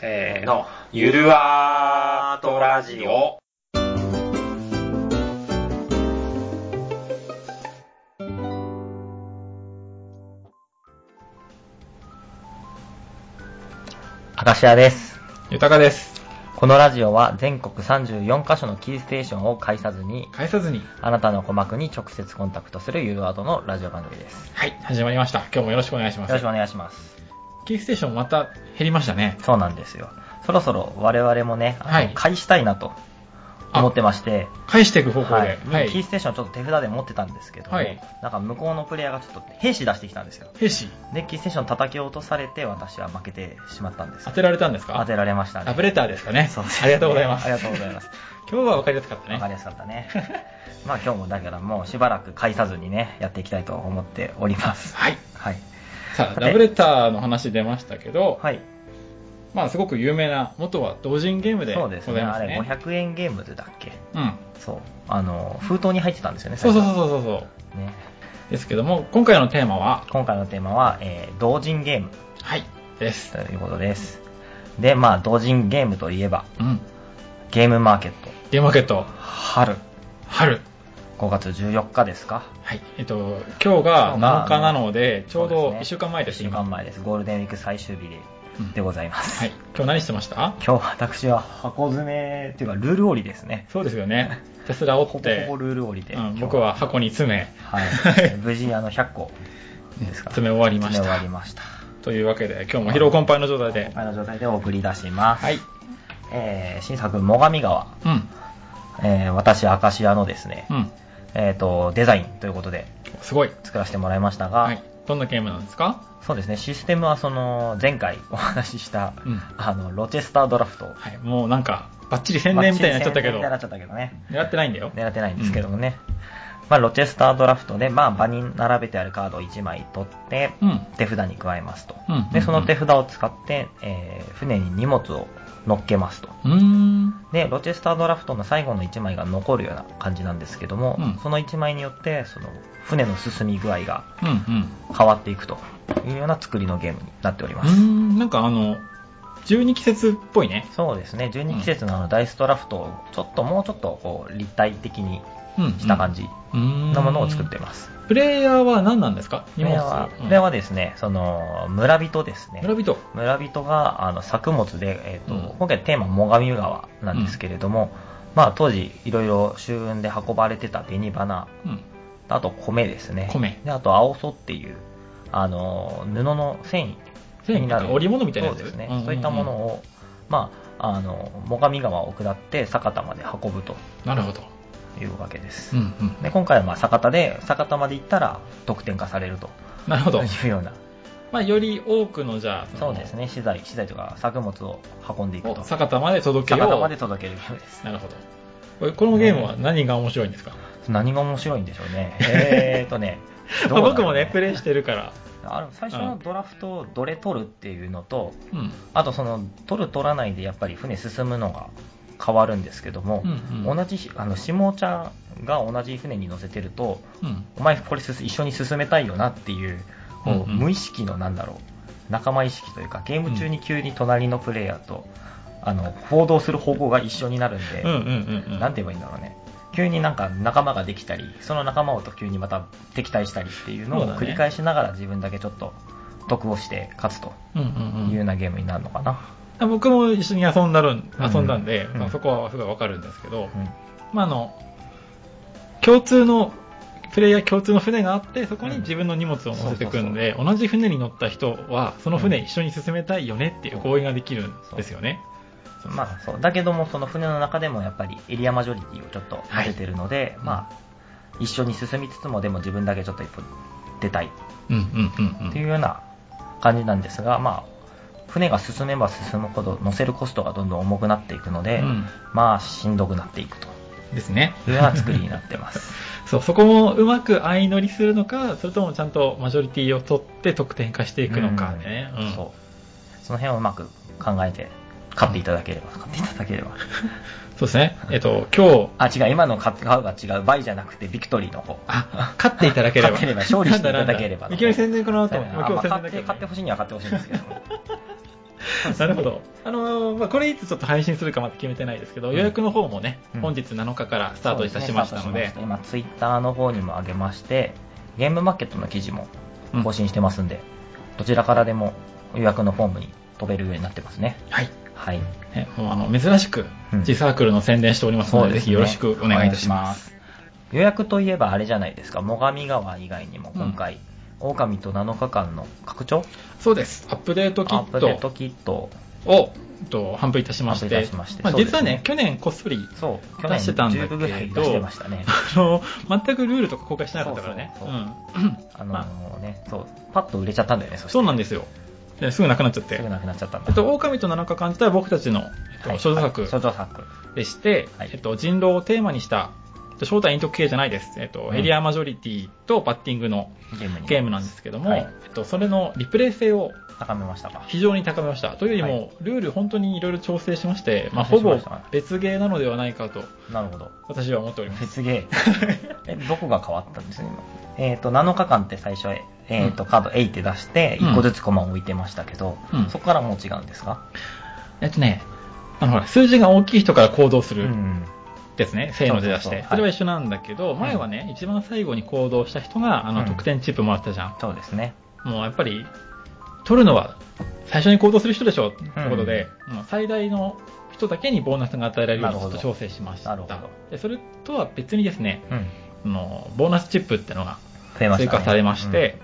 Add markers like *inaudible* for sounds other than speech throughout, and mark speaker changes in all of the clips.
Speaker 1: せーの、ゆるわーとラジオ。
Speaker 2: アカシアです。
Speaker 3: 豊かです。
Speaker 2: このラジオは全国34カ所のキーステーションを介さずに、
Speaker 3: 返さずに。
Speaker 2: あなたの鼓膜に直接コンタクトするゆるアートのラジオ番組です。
Speaker 3: はい、始まりました。今日もよろしくお願いし
Speaker 2: よ
Speaker 3: ます。
Speaker 2: ろしくお願いします。
Speaker 3: キーステーションまた減りましたね。
Speaker 2: そうなんですよ。そろそろ我々もね、あの
Speaker 3: はい
Speaker 2: 返したいなと思ってまして、
Speaker 3: 返していく方向で。
Speaker 2: はい
Speaker 3: はい。
Speaker 2: キーステーションちょっと手札で持ってたんですけども、
Speaker 3: はい
Speaker 2: なんか向こうのプレイヤーがちょっと兵士出してきたんですよ。
Speaker 3: 兵士、
Speaker 2: で、キーステーション叩き落とされて私は負けてしまったんです
Speaker 3: 当
Speaker 2: よ。
Speaker 3: てられたんですか
Speaker 2: 当てられましたね。
Speaker 3: ラブレターですかね。
Speaker 2: そうですね
Speaker 3: ありがとうございます。
Speaker 2: ありがとうございます。
Speaker 3: 今 *laughs* 日は分かりやすかった
Speaker 2: わかり
Speaker 3: ね。
Speaker 2: やすかったね。まあ今日もだからもうしばらく返さずにね、やっていきたいと思っております。
Speaker 3: はい。
Speaker 2: はい。
Speaker 3: さ
Speaker 2: さ
Speaker 3: あ、
Speaker 2: て
Speaker 3: ラブレターの話出ましたけど、
Speaker 2: はい。
Speaker 3: まあ、すごく有名な、元は同人ゲームで
Speaker 2: そ
Speaker 3: ご
Speaker 2: う
Speaker 3: ざい
Speaker 2: で
Speaker 3: ます
Speaker 2: す
Speaker 3: ね。
Speaker 2: ね。あれ500円ゲームズだっけ
Speaker 3: うん。
Speaker 2: そう。あの、封筒に入ってたんですよね、
Speaker 3: そうそう
Speaker 2: 最
Speaker 3: そう
Speaker 2: 初
Speaker 3: そうそう。
Speaker 2: ね、
Speaker 3: ですけども、今回のテーマは、
Speaker 2: 今回のテーマは、えー同人ゲーム
Speaker 3: はい、です。
Speaker 2: ということです。で、まあ同人ゲームといえば、
Speaker 3: うん。
Speaker 2: ゲームマーケット、
Speaker 3: ゲームマーケット、
Speaker 2: 春、
Speaker 3: 春。
Speaker 2: 5月14日ですか
Speaker 3: はい、えっと、今日が7日なので、ちょうど1週間前です、
Speaker 2: 1週間
Speaker 3: 今。
Speaker 2: 前です。ゴールデンウィーク最終日で
Speaker 3: うん
Speaker 2: でございます。
Speaker 3: はい、今日何してました
Speaker 2: 今日私は箱詰めっていうかルール折りですね
Speaker 3: そうですよ
Speaker 2: *laughs*
Speaker 3: ね。テスラ折
Speaker 2: ほ
Speaker 3: っ
Speaker 2: ぼ
Speaker 3: て、
Speaker 2: ほぼルール折りで、
Speaker 3: うん、僕は箱に詰め、
Speaker 2: はい無事あの100個ですか
Speaker 3: *laughs* 詰め終わりました
Speaker 2: 詰め終わりました
Speaker 3: というわけで、今日も疲労困憊の状態
Speaker 2: で
Speaker 3: で。
Speaker 2: 今の状態でお送り出します、
Speaker 3: はい。
Speaker 2: えー新作「最上川
Speaker 3: うん、」
Speaker 2: えー私アカシアのですね、
Speaker 3: うん、
Speaker 2: えっとデザインということです
Speaker 3: ごい。
Speaker 2: 作らせてもらいましたが、
Speaker 3: はい。どんなゲームなんですか
Speaker 2: そうですねシステムはその前回お話しした、
Speaker 3: うん
Speaker 2: あのロチェスタードラフト
Speaker 3: はい、もうなんか、バッチリ宣伝みたいになっちゃったけど
Speaker 2: まあ宣伝み、たいになっちゃったけどね
Speaker 3: 狙ってないんだよ。
Speaker 2: 狙ってないんですけどもね、まあ、ロチェスタードラフトで、まあ、場に並べてあるカードを1枚取って、
Speaker 3: うん、
Speaker 2: 手札に加えますと、
Speaker 3: うん
Speaker 2: でその手札を使って、えー船に荷物を乗っけますと
Speaker 3: うーん、
Speaker 2: でロチェスタードラフトの最後の1枚が残るような感じなんですけども、
Speaker 3: うん
Speaker 2: その1枚によってその船の進み具合が
Speaker 3: うん、うん。
Speaker 2: 変わっていくというような作りのゲームになっており
Speaker 3: う
Speaker 2: ま
Speaker 3: ー
Speaker 2: す、
Speaker 3: ん、なんかあの、12季節っぽいね。
Speaker 2: そうですね12季節のあのダイストラフトをちょっともうちょっとこう立体的に
Speaker 3: うん、
Speaker 2: した感
Speaker 3: じ
Speaker 2: じ
Speaker 3: の
Speaker 2: のものを作ってます、
Speaker 3: プレイヤーは何なんですか
Speaker 2: こ
Speaker 3: 荷
Speaker 2: れ
Speaker 3: 物
Speaker 2: は、
Speaker 3: うん
Speaker 2: これはですね、その、村人ですね。
Speaker 3: 村人。
Speaker 2: 村人が、あの、作物で、えっ、と、
Speaker 3: うん
Speaker 2: 今回テーマ、最上川なんですけれども、まあ、当時、いろいろ周運で運ばれてた紅花、
Speaker 3: うん。
Speaker 2: あと米ですね。
Speaker 3: 米
Speaker 2: で、あと、青そっていう、あの、布の繊維になる。
Speaker 3: 織物みたいなやつ
Speaker 2: そうですね。
Speaker 3: うんうんうん
Speaker 2: そういったものを、まあ、あの、最上川を下って、酒田まで運ぶと
Speaker 3: なるほど。
Speaker 2: いうわけです。
Speaker 3: うんうん。
Speaker 2: で今回はまあ酒田で、酒田まで行ったら得点化されると
Speaker 3: なるほど。
Speaker 2: いうような
Speaker 3: まあ、より多くの、じゃあ、
Speaker 2: そうですね、資材、資材とか作物を運んでいく
Speaker 3: を
Speaker 2: と。
Speaker 3: 酒田まで届け
Speaker 2: 酒
Speaker 3: よう。
Speaker 2: 田まで届けるゲームです。
Speaker 3: なるほど。これこのゲームは何が面白いんですか、
Speaker 2: 何が面白いんでしょうね。えーとね、
Speaker 3: まあ僕もね、プ
Speaker 2: レ
Speaker 3: レイしてるから。
Speaker 2: あの最初のドラフト、どれ取るっていうのと、
Speaker 3: うん。
Speaker 2: あとその、取る取らないでやっぱり船進むのが変わるんですけども、
Speaker 3: うんうん
Speaker 2: 同じ、あの、下ちゃんが同じ船に乗せてると、
Speaker 3: うん。
Speaker 2: お前これ進一緒に進めたいよなっていう、こう
Speaker 3: うんうん
Speaker 2: 無意識のなんだろう、仲間意識というか、ゲーム中に急に隣のプレイヤーと、あの、行動する方向が一緒になるんで、
Speaker 3: うんうんうんうん。
Speaker 2: なんて言えばいいんだろうね。急になんか仲間ができたり、その仲間をと急にまた敵対したりっていうの
Speaker 3: そう
Speaker 2: を
Speaker 3: だね
Speaker 2: 繰り返しながら自分だけちょっと得をして勝つと
Speaker 3: うんう
Speaker 2: い
Speaker 3: ん
Speaker 2: う
Speaker 3: う
Speaker 2: よ
Speaker 3: ん
Speaker 2: うなゲームになるのかな。
Speaker 3: あ僕も一緒に遊んだるん
Speaker 2: うん
Speaker 3: 遊んだんで、
Speaker 2: うん
Speaker 3: まあ、そこはすごいわかるんですけど、
Speaker 2: うん
Speaker 3: まあ、あの、共通の、プレイヤー共通の船があって、そこに自分の荷物を乗せていくんで、同じ船に乗った人は、その船一緒に進めたいよねっていう合意ができるんですよね。そうそう
Speaker 2: まあそう、だけどもその船の中でもやっぱりエリアマジョリティをちょっと混ぜてるので、
Speaker 3: い
Speaker 2: まあ、一緒に進みつつもでも自分だけちょっと一歩出たい
Speaker 3: うんうんうんうん。
Speaker 2: っていうような感じなんですが、まあ、船が進めば進むほど乗せるコストがどんどん重くなっていくので、
Speaker 3: うん
Speaker 2: まあしんどくなっていくと
Speaker 3: ですね。
Speaker 2: いうような作りになってます。
Speaker 3: *laughs* そう、そこもうまく相乗りするのか、それともちゃんとマジョリティを取って得点化していくのかね。
Speaker 2: うん
Speaker 3: うん
Speaker 2: そうその辺をうまく考えて買っていただければ、買っていただければ
Speaker 3: そうですね。えっと、今日、
Speaker 2: あ違う今の買うが違う倍じゃなくてビクトリーの方
Speaker 3: あ、勝っていただければ。
Speaker 2: 勝ってれば勝利していただければ
Speaker 3: なんだなんだいきなり宣伝かなと思
Speaker 2: あ
Speaker 3: う。今
Speaker 2: ま
Speaker 3: 日
Speaker 2: あ
Speaker 3: 宣伝だけ
Speaker 2: 買って
Speaker 3: ど
Speaker 2: 買って
Speaker 3: ね。 *laughs*
Speaker 2: ほしいには買ってほしいんですけど *laughs*
Speaker 3: なるほど。あのーまあ、これいつちょっと配信するかまだ決めてないですけど、
Speaker 2: うん
Speaker 3: 予約の方もね、
Speaker 2: うん
Speaker 3: 本日7日からスタートいたしましたので
Speaker 2: そうすねスタートしました、今、ツイッターの方にも上げまして、ゲームマーケットの記事も更新してますんで、どちらからでも予約のフォームに飛べるようになってますね。
Speaker 3: はい。
Speaker 2: はい。
Speaker 3: ねもうあの、珍しく
Speaker 2: うん、
Speaker 3: G サークルの宣伝しておりますので、
Speaker 2: そう
Speaker 3: ぜ
Speaker 2: ですね
Speaker 3: ひよろしくお願いいたします。
Speaker 2: 予約といえばあれじゃないですか、最上川以外にも今回、狼と7日間の拡張
Speaker 3: そうです。アップデートキ
Speaker 2: アップデー
Speaker 3: ット
Speaker 2: トキット。
Speaker 3: を、と、販売いたしまし
Speaker 2: 販売
Speaker 3: て
Speaker 2: いたしまして、
Speaker 3: まあ、
Speaker 2: そうですね
Speaker 3: 実はね、去年こっそり、
Speaker 2: そう、
Speaker 3: 出
Speaker 2: 去年
Speaker 3: してたんだけ
Speaker 2: 10
Speaker 3: ど
Speaker 2: 部ぐらい出してましたね。
Speaker 3: あの、全くルールとか公開してなかったからね。
Speaker 2: そう
Speaker 3: う
Speaker 2: そうそうんあの
Speaker 3: ま
Speaker 2: ね、そう、パッと売れちゃったんだよね、そして。
Speaker 3: そうなんですよ。ですぐなくなっちゃっ
Speaker 2: す
Speaker 3: て
Speaker 2: ぐ。なくなっちゃったんだ。
Speaker 3: えっと、狼と7日間自体は僕たちの、えっと
Speaker 2: はい
Speaker 3: 少女作
Speaker 2: 少女作。
Speaker 3: でして、
Speaker 2: はい
Speaker 3: えっと、人狼をテーマにした、えっと正体陰徳系じゃないです。えっと、
Speaker 2: うん
Speaker 3: エリアマジョリティとバッティングの
Speaker 2: ゲームに。
Speaker 3: ゲームなんですけども、
Speaker 2: はい
Speaker 3: えっと、それのリプレイ性を
Speaker 2: 高めましたか。
Speaker 3: 非常に高めました。というよりも、
Speaker 2: はい
Speaker 3: ルール本当にいろいろ調整しまして、まあ、ほ
Speaker 2: 調整しま
Speaker 3: ぼ
Speaker 2: した
Speaker 3: 別ゲーなのではないかと、
Speaker 2: なるほど。
Speaker 3: 私は思っております。*laughs*
Speaker 2: 別ゲー。え、どこが変わったんですね、今えっ、と、7日間って最初、えっ、と、カード8って出して、
Speaker 3: うん
Speaker 2: 1個ずつ駒を置いてましたけど、
Speaker 3: うん
Speaker 2: そこからもう違うんですか
Speaker 3: えっとね、あの、ほら、数字が大きい人から行動す
Speaker 2: う
Speaker 3: る。
Speaker 2: ん。
Speaker 3: ですね、せーので出し
Speaker 2: そうそう
Speaker 3: て
Speaker 2: そう。
Speaker 3: それは一緒なんだけど、
Speaker 2: い
Speaker 3: 前はね、一番最後に行動した人が、あ
Speaker 2: うん
Speaker 3: の、得点チップもらったじゃん。
Speaker 2: そうですね。
Speaker 3: もうやっぱり、取るのは最初に行動する人でしょ、ってことで、もう最大の人だけにボーナスが与えられるように
Speaker 2: な
Speaker 3: ち
Speaker 2: る
Speaker 3: ょっ
Speaker 2: ほど
Speaker 3: と調整しまし
Speaker 2: な
Speaker 3: た
Speaker 2: るほど。
Speaker 3: でそれとは別にですね、
Speaker 2: うん。
Speaker 3: あのボーナスチップってのが
Speaker 2: 増えました、
Speaker 3: 追
Speaker 2: ね。
Speaker 3: 加されまして、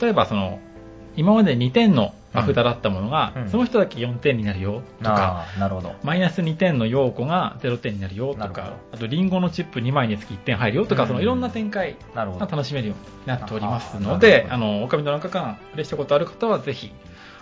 Speaker 3: 例えばその、今まで2点の名札だったものが、
Speaker 2: うん
Speaker 3: その人だけ4点になるよ
Speaker 2: う
Speaker 3: と
Speaker 2: ん、
Speaker 3: か、
Speaker 2: ああ、なるほど。
Speaker 3: マイナス2点の用語が0点になるよと
Speaker 2: なるほど
Speaker 3: か、あとリンゴのチップ2枚につき1点入るよとか、
Speaker 2: うん
Speaker 3: そのいろんな展開
Speaker 2: なるほ
Speaker 3: が
Speaker 2: ど。
Speaker 3: 楽しめるようになっておりますの
Speaker 2: あーなる
Speaker 3: で
Speaker 2: ほ、ど
Speaker 3: あの、オカミの7日間プレイしたことある方はぜひ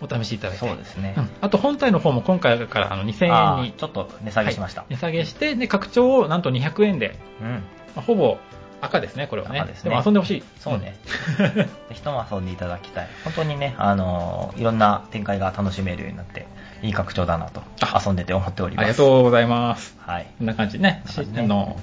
Speaker 3: お試しいただいて。
Speaker 2: そうですね。
Speaker 3: うんあと本体の方も今回からあの2000
Speaker 2: あ
Speaker 3: 円
Speaker 2: あ
Speaker 3: に
Speaker 2: ちょっと値下げしました。
Speaker 3: 値下げして、で、拡張をなんと200円で、
Speaker 2: うん。
Speaker 3: まあほぼ赤ですね、これはね。
Speaker 2: 赤
Speaker 3: で
Speaker 2: ですね
Speaker 3: も遊んでほしい。
Speaker 2: そうね。ぜひとも遊ん *laughs* でいただきたい。本当にね、あのーいろんな展開が楽しめるようになって、いい拡張だなと、
Speaker 3: あ
Speaker 2: 遊んでて思っており
Speaker 3: うん。
Speaker 2: ま
Speaker 3: あ
Speaker 2: す。
Speaker 3: りがとうございます。
Speaker 2: はい。
Speaker 3: こんな感じでね。
Speaker 2: こんな
Speaker 3: し
Speaker 2: 感じね
Speaker 3: あの、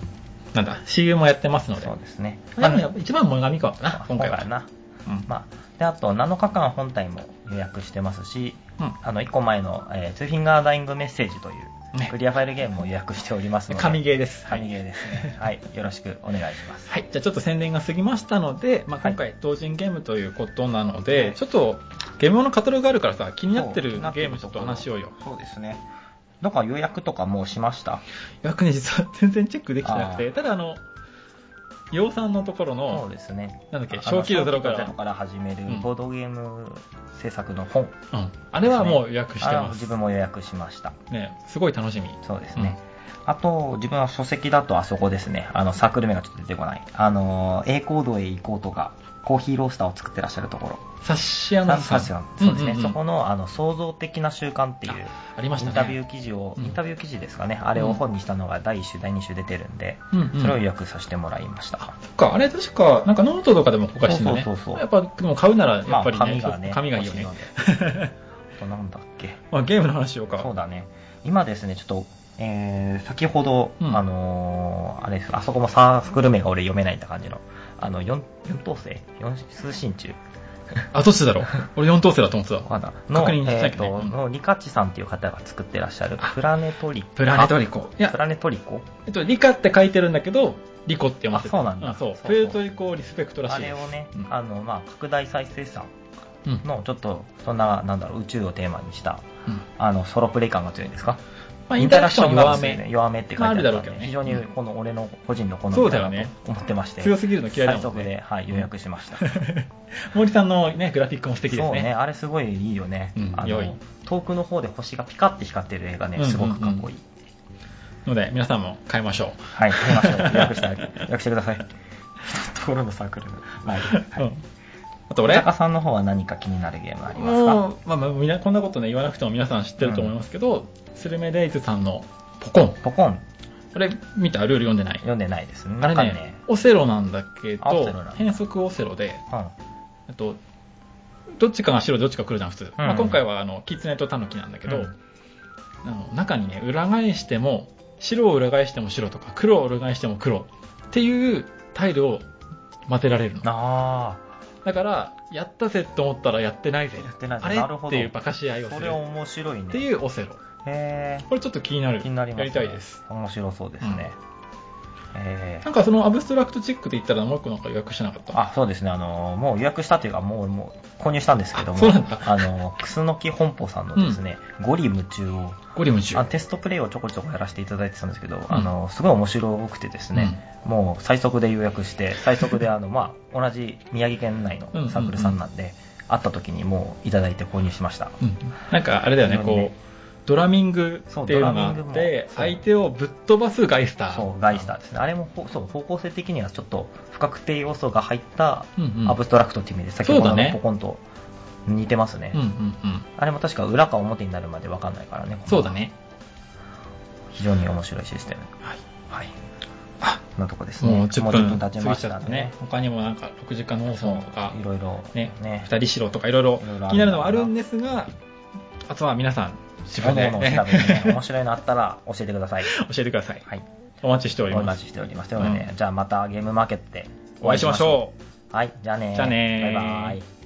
Speaker 3: なんだ、CM もやってますので。
Speaker 2: そうですね。
Speaker 3: でもやっぱ一番最上川かな、今回は。
Speaker 2: な。
Speaker 3: うん
Speaker 2: まあ、であと7日間本体も予約してますし、
Speaker 3: う
Speaker 2: あの1個前の、えー、ツーフィンガーダイングメッセージとい
Speaker 3: ね
Speaker 2: うクリアファイルゲームも予約しております
Speaker 3: ん。
Speaker 2: ので、
Speaker 3: 神ゲーです。
Speaker 2: 神ゲーですね。はい、よろしくお願いします。
Speaker 3: はい。じゃあちょっと宣伝が過ぎましたので、まあ、
Speaker 2: はい
Speaker 3: 今回、同人ゲームということなので、ちょっと、ゲームのカタログがあるからさ、気になってる
Speaker 2: そ
Speaker 3: ゲ
Speaker 2: う気になってる
Speaker 3: ームちょっと話しようよ。
Speaker 2: そうですね。なんか予約とかもうしました
Speaker 3: 逆に実は全然チェックできてなく
Speaker 2: あ
Speaker 3: て、ただあの、洋さんのところ
Speaker 2: そう
Speaker 3: の、
Speaker 2: ですね。
Speaker 3: なんだっけ、
Speaker 2: あ
Speaker 3: 小
Speaker 2: の
Speaker 3: 規度ゼロか
Speaker 2: 小規模
Speaker 3: ら
Speaker 2: ゼ、から始める
Speaker 3: うん
Speaker 2: ボードゲーム制作の本、
Speaker 3: うん。あれはもう予約して
Speaker 2: あの
Speaker 3: ま
Speaker 2: 自
Speaker 3: す。
Speaker 2: 分も予約しました。
Speaker 3: ね、すごい楽しみ。
Speaker 2: そうですね。あと、自分は書籍だとあそこですね。あの、サークル名がちょっと出てこない。あの、A コードへ行こうとか、コーヒーロースターを作ってらっしゃるところ。
Speaker 3: 冊子屋
Speaker 2: サ
Speaker 3: の
Speaker 2: ンサ
Speaker 3: さん
Speaker 2: そうですね。
Speaker 3: んんん
Speaker 2: そこの、あの、創造的な習慣っていう、
Speaker 3: ありまし
Speaker 2: イン
Speaker 3: た
Speaker 2: タビュ
Speaker 3: ね。
Speaker 2: ー記事を、
Speaker 3: うん
Speaker 2: インタビュー記事ですかね。あれを本にしたのが第1週、第2週出てるんで、
Speaker 3: うん
Speaker 2: それを予約させてもらいました。
Speaker 3: そっか、あれ確か、なんかノートとかでも公開してるね。
Speaker 2: そうそうそうそう
Speaker 3: やっぱ、でも買うなら、や
Speaker 2: ま
Speaker 3: っ
Speaker 2: あ、
Speaker 3: ぱりね、
Speaker 2: 紙がね、
Speaker 3: 紙がいいよね
Speaker 2: 欲。しのであと、なんだっけ。
Speaker 3: *laughs* まあ、ゲームの話しようか。
Speaker 2: そうだね。今ですね、ちょっと、えー先ほど、
Speaker 3: うん
Speaker 2: あのーあれです、あそこもサークル名が俺読めないって感じの、あの、4、四等星 ?4 通信中
Speaker 3: あ、どっち
Speaker 2: *laughs*
Speaker 3: だろう俺4等星だと思ってた。
Speaker 2: かなの、
Speaker 3: 確認しなきゃ
Speaker 2: え
Speaker 3: ね
Speaker 2: っ、と、
Speaker 3: うん
Speaker 2: のリカチさんっていう方が作ってらっしゃる、
Speaker 3: あ
Speaker 2: プラネトリコ。
Speaker 3: プラネトリコ。い
Speaker 2: あ
Speaker 3: や
Speaker 2: プ、ラネトリコ
Speaker 3: えっと、リカって書いてるんだけど、リコって読ませて
Speaker 2: あそうなんだ
Speaker 3: そう。
Speaker 2: そうそう
Speaker 3: プエルトリコをリスペクトらし
Speaker 2: あ
Speaker 3: いで
Speaker 2: れ
Speaker 3: す。
Speaker 2: をね、
Speaker 3: うん
Speaker 2: あの、まあ、拡大再生産
Speaker 3: うん。うん。
Speaker 2: の、ちょっと、そんな、なんだろう、宇宙をテーマにした、あの、ソロプレイ感が強いんですか
Speaker 3: まあ、インタラクション
Speaker 2: が
Speaker 3: 弱
Speaker 2: ね
Speaker 3: め。
Speaker 2: 弱めって書いてあ
Speaker 3: ま
Speaker 2: った
Speaker 3: ああるだろうんけ
Speaker 2: で、
Speaker 3: どね
Speaker 2: 非常にこの俺の個人の好
Speaker 3: そう
Speaker 2: み
Speaker 3: だ
Speaker 2: だ
Speaker 3: よ
Speaker 2: な
Speaker 3: ね
Speaker 2: と思ってまして、
Speaker 3: 強すぎるの嫌いだ
Speaker 2: 最
Speaker 3: もん
Speaker 2: 速で、
Speaker 3: ね。
Speaker 2: はい、予約し
Speaker 3: *laughs*
Speaker 2: ました。
Speaker 3: 森さんのね、グラフィックも素敵です
Speaker 2: そうね、
Speaker 3: ね。
Speaker 2: あれすごいいいよね。
Speaker 3: うん
Speaker 2: あ
Speaker 3: 良い
Speaker 2: の遠くの方で星がピカって光ってる映画
Speaker 3: うん
Speaker 2: ね、
Speaker 3: うんうん
Speaker 2: すごくかっこいい。
Speaker 3: ので、皆さんも買いましょ
Speaker 2: はい、買いましょ
Speaker 3: *laughs*
Speaker 2: う。予約して、予約してください。ところのサークルの前で。
Speaker 3: う。
Speaker 2: は
Speaker 3: うん
Speaker 2: い。
Speaker 3: あと俺
Speaker 2: 高さんの方は何か気になるゲームありますか
Speaker 3: もう、まあまあみんな、こんなことね、言わなくても皆さん知ってると思いますけど、スルメデイズさんのポコン。
Speaker 2: ポコン、
Speaker 3: これ、見たルール読んでない。
Speaker 2: 読んでないですね。
Speaker 3: あ
Speaker 2: な
Speaker 3: れ
Speaker 2: んか
Speaker 3: ね
Speaker 2: ね、、
Speaker 3: オセロなんだけ
Speaker 2: あオセ
Speaker 3: ど
Speaker 2: ロなんだ、
Speaker 3: 変則オセロで、
Speaker 2: うん。
Speaker 3: えっと、どっちかが白でどっちか黒じゃん、普通。まあ、
Speaker 2: うん
Speaker 3: 今回は、あの、キツネとタヌキなんだけど、
Speaker 2: うん
Speaker 3: あの中にね、裏返しても、白を裏返しても白とか、黒を裏返しても黒っていうタイルを混ぜられるの。
Speaker 2: あ
Speaker 3: だから、やったぜと思ったらやってないぜ。
Speaker 2: やってないぜ
Speaker 3: あれ
Speaker 2: なるほど
Speaker 3: っていうバカし合いをす
Speaker 2: そ
Speaker 3: る
Speaker 2: れ。面白いね。
Speaker 3: っていうオセロ。
Speaker 2: へー
Speaker 3: これちょっと気になる。
Speaker 2: 気になります、
Speaker 3: やりたいです。。
Speaker 2: 面白そうですね。え
Speaker 3: なんかそのアブストラクトチェックで言ったらもう一個なんか予約してなかった。
Speaker 2: あそうですね、あのもう予約したというか、もうもう購入したんですけども、
Speaker 3: あそうなんだ
Speaker 2: あのくすのき本舗さんのですね、ゴリ夢中を
Speaker 3: ゴリム中
Speaker 2: あ、テストプレイをちょこちょこやらせていただいてたんですけど、あのすごい面白くてですね、もう最速で予約して、最速であの、まあ、同じ宮城県内
Speaker 3: うんうんう
Speaker 2: の
Speaker 3: ん
Speaker 2: サークルさんなんで、会った時にもういただいて購入しました。
Speaker 3: うんなんかあれだよね、
Speaker 2: 非常にね
Speaker 3: こう、ドラミングっていうのがあ
Speaker 2: そうドラミン
Speaker 3: っ
Speaker 2: グ
Speaker 3: て
Speaker 2: も、そう
Speaker 3: 相手をぶっ飛ばすガイスター。
Speaker 2: そう、ガイスターですね。あれもほそう方向性的にはちょっと不確定要素が入った
Speaker 3: うんうん。
Speaker 2: アブストラクトっていう意味で、先ほ
Speaker 3: そ
Speaker 2: ど
Speaker 3: うだ
Speaker 2: の
Speaker 3: ね
Speaker 2: ポコンと似てますね。
Speaker 3: うんうんうん。
Speaker 2: あれも確か裏か表になるまで分かんないからね。
Speaker 3: そうだ。ね。
Speaker 2: 非常に面白いシステム。
Speaker 3: はい。
Speaker 2: はい。
Speaker 3: あ
Speaker 2: のとこですね。
Speaker 3: もう
Speaker 2: も
Speaker 3: 10
Speaker 2: う10
Speaker 3: 分
Speaker 2: 分経ち
Speaker 3: 過
Speaker 2: ま
Speaker 3: ぎ
Speaker 2: し
Speaker 3: ちゃ
Speaker 2: た
Speaker 3: ったね
Speaker 2: ね。。
Speaker 3: 他にもなんか6時間放
Speaker 2: そ
Speaker 3: 送とか
Speaker 2: う、い、ろいろ。
Speaker 3: ね、
Speaker 2: ね
Speaker 3: 二人しろとかいろいろ
Speaker 2: いろいろあるんだ
Speaker 3: 気になるのはあるんですが、あとは皆さん、自分で、
Speaker 2: 各々の調べてね、面白いのあったら教えてください。
Speaker 3: *laughs* 教えてください。
Speaker 2: はい。
Speaker 3: お待ちしており
Speaker 2: お
Speaker 3: ま
Speaker 2: 待
Speaker 3: す。
Speaker 2: ちしております。ということでね、
Speaker 3: う
Speaker 2: じゃあまたゲームマーケットで
Speaker 3: お会いしましょう。
Speaker 2: う。はい、じゃあね。
Speaker 3: じゃあね
Speaker 2: バイバイ。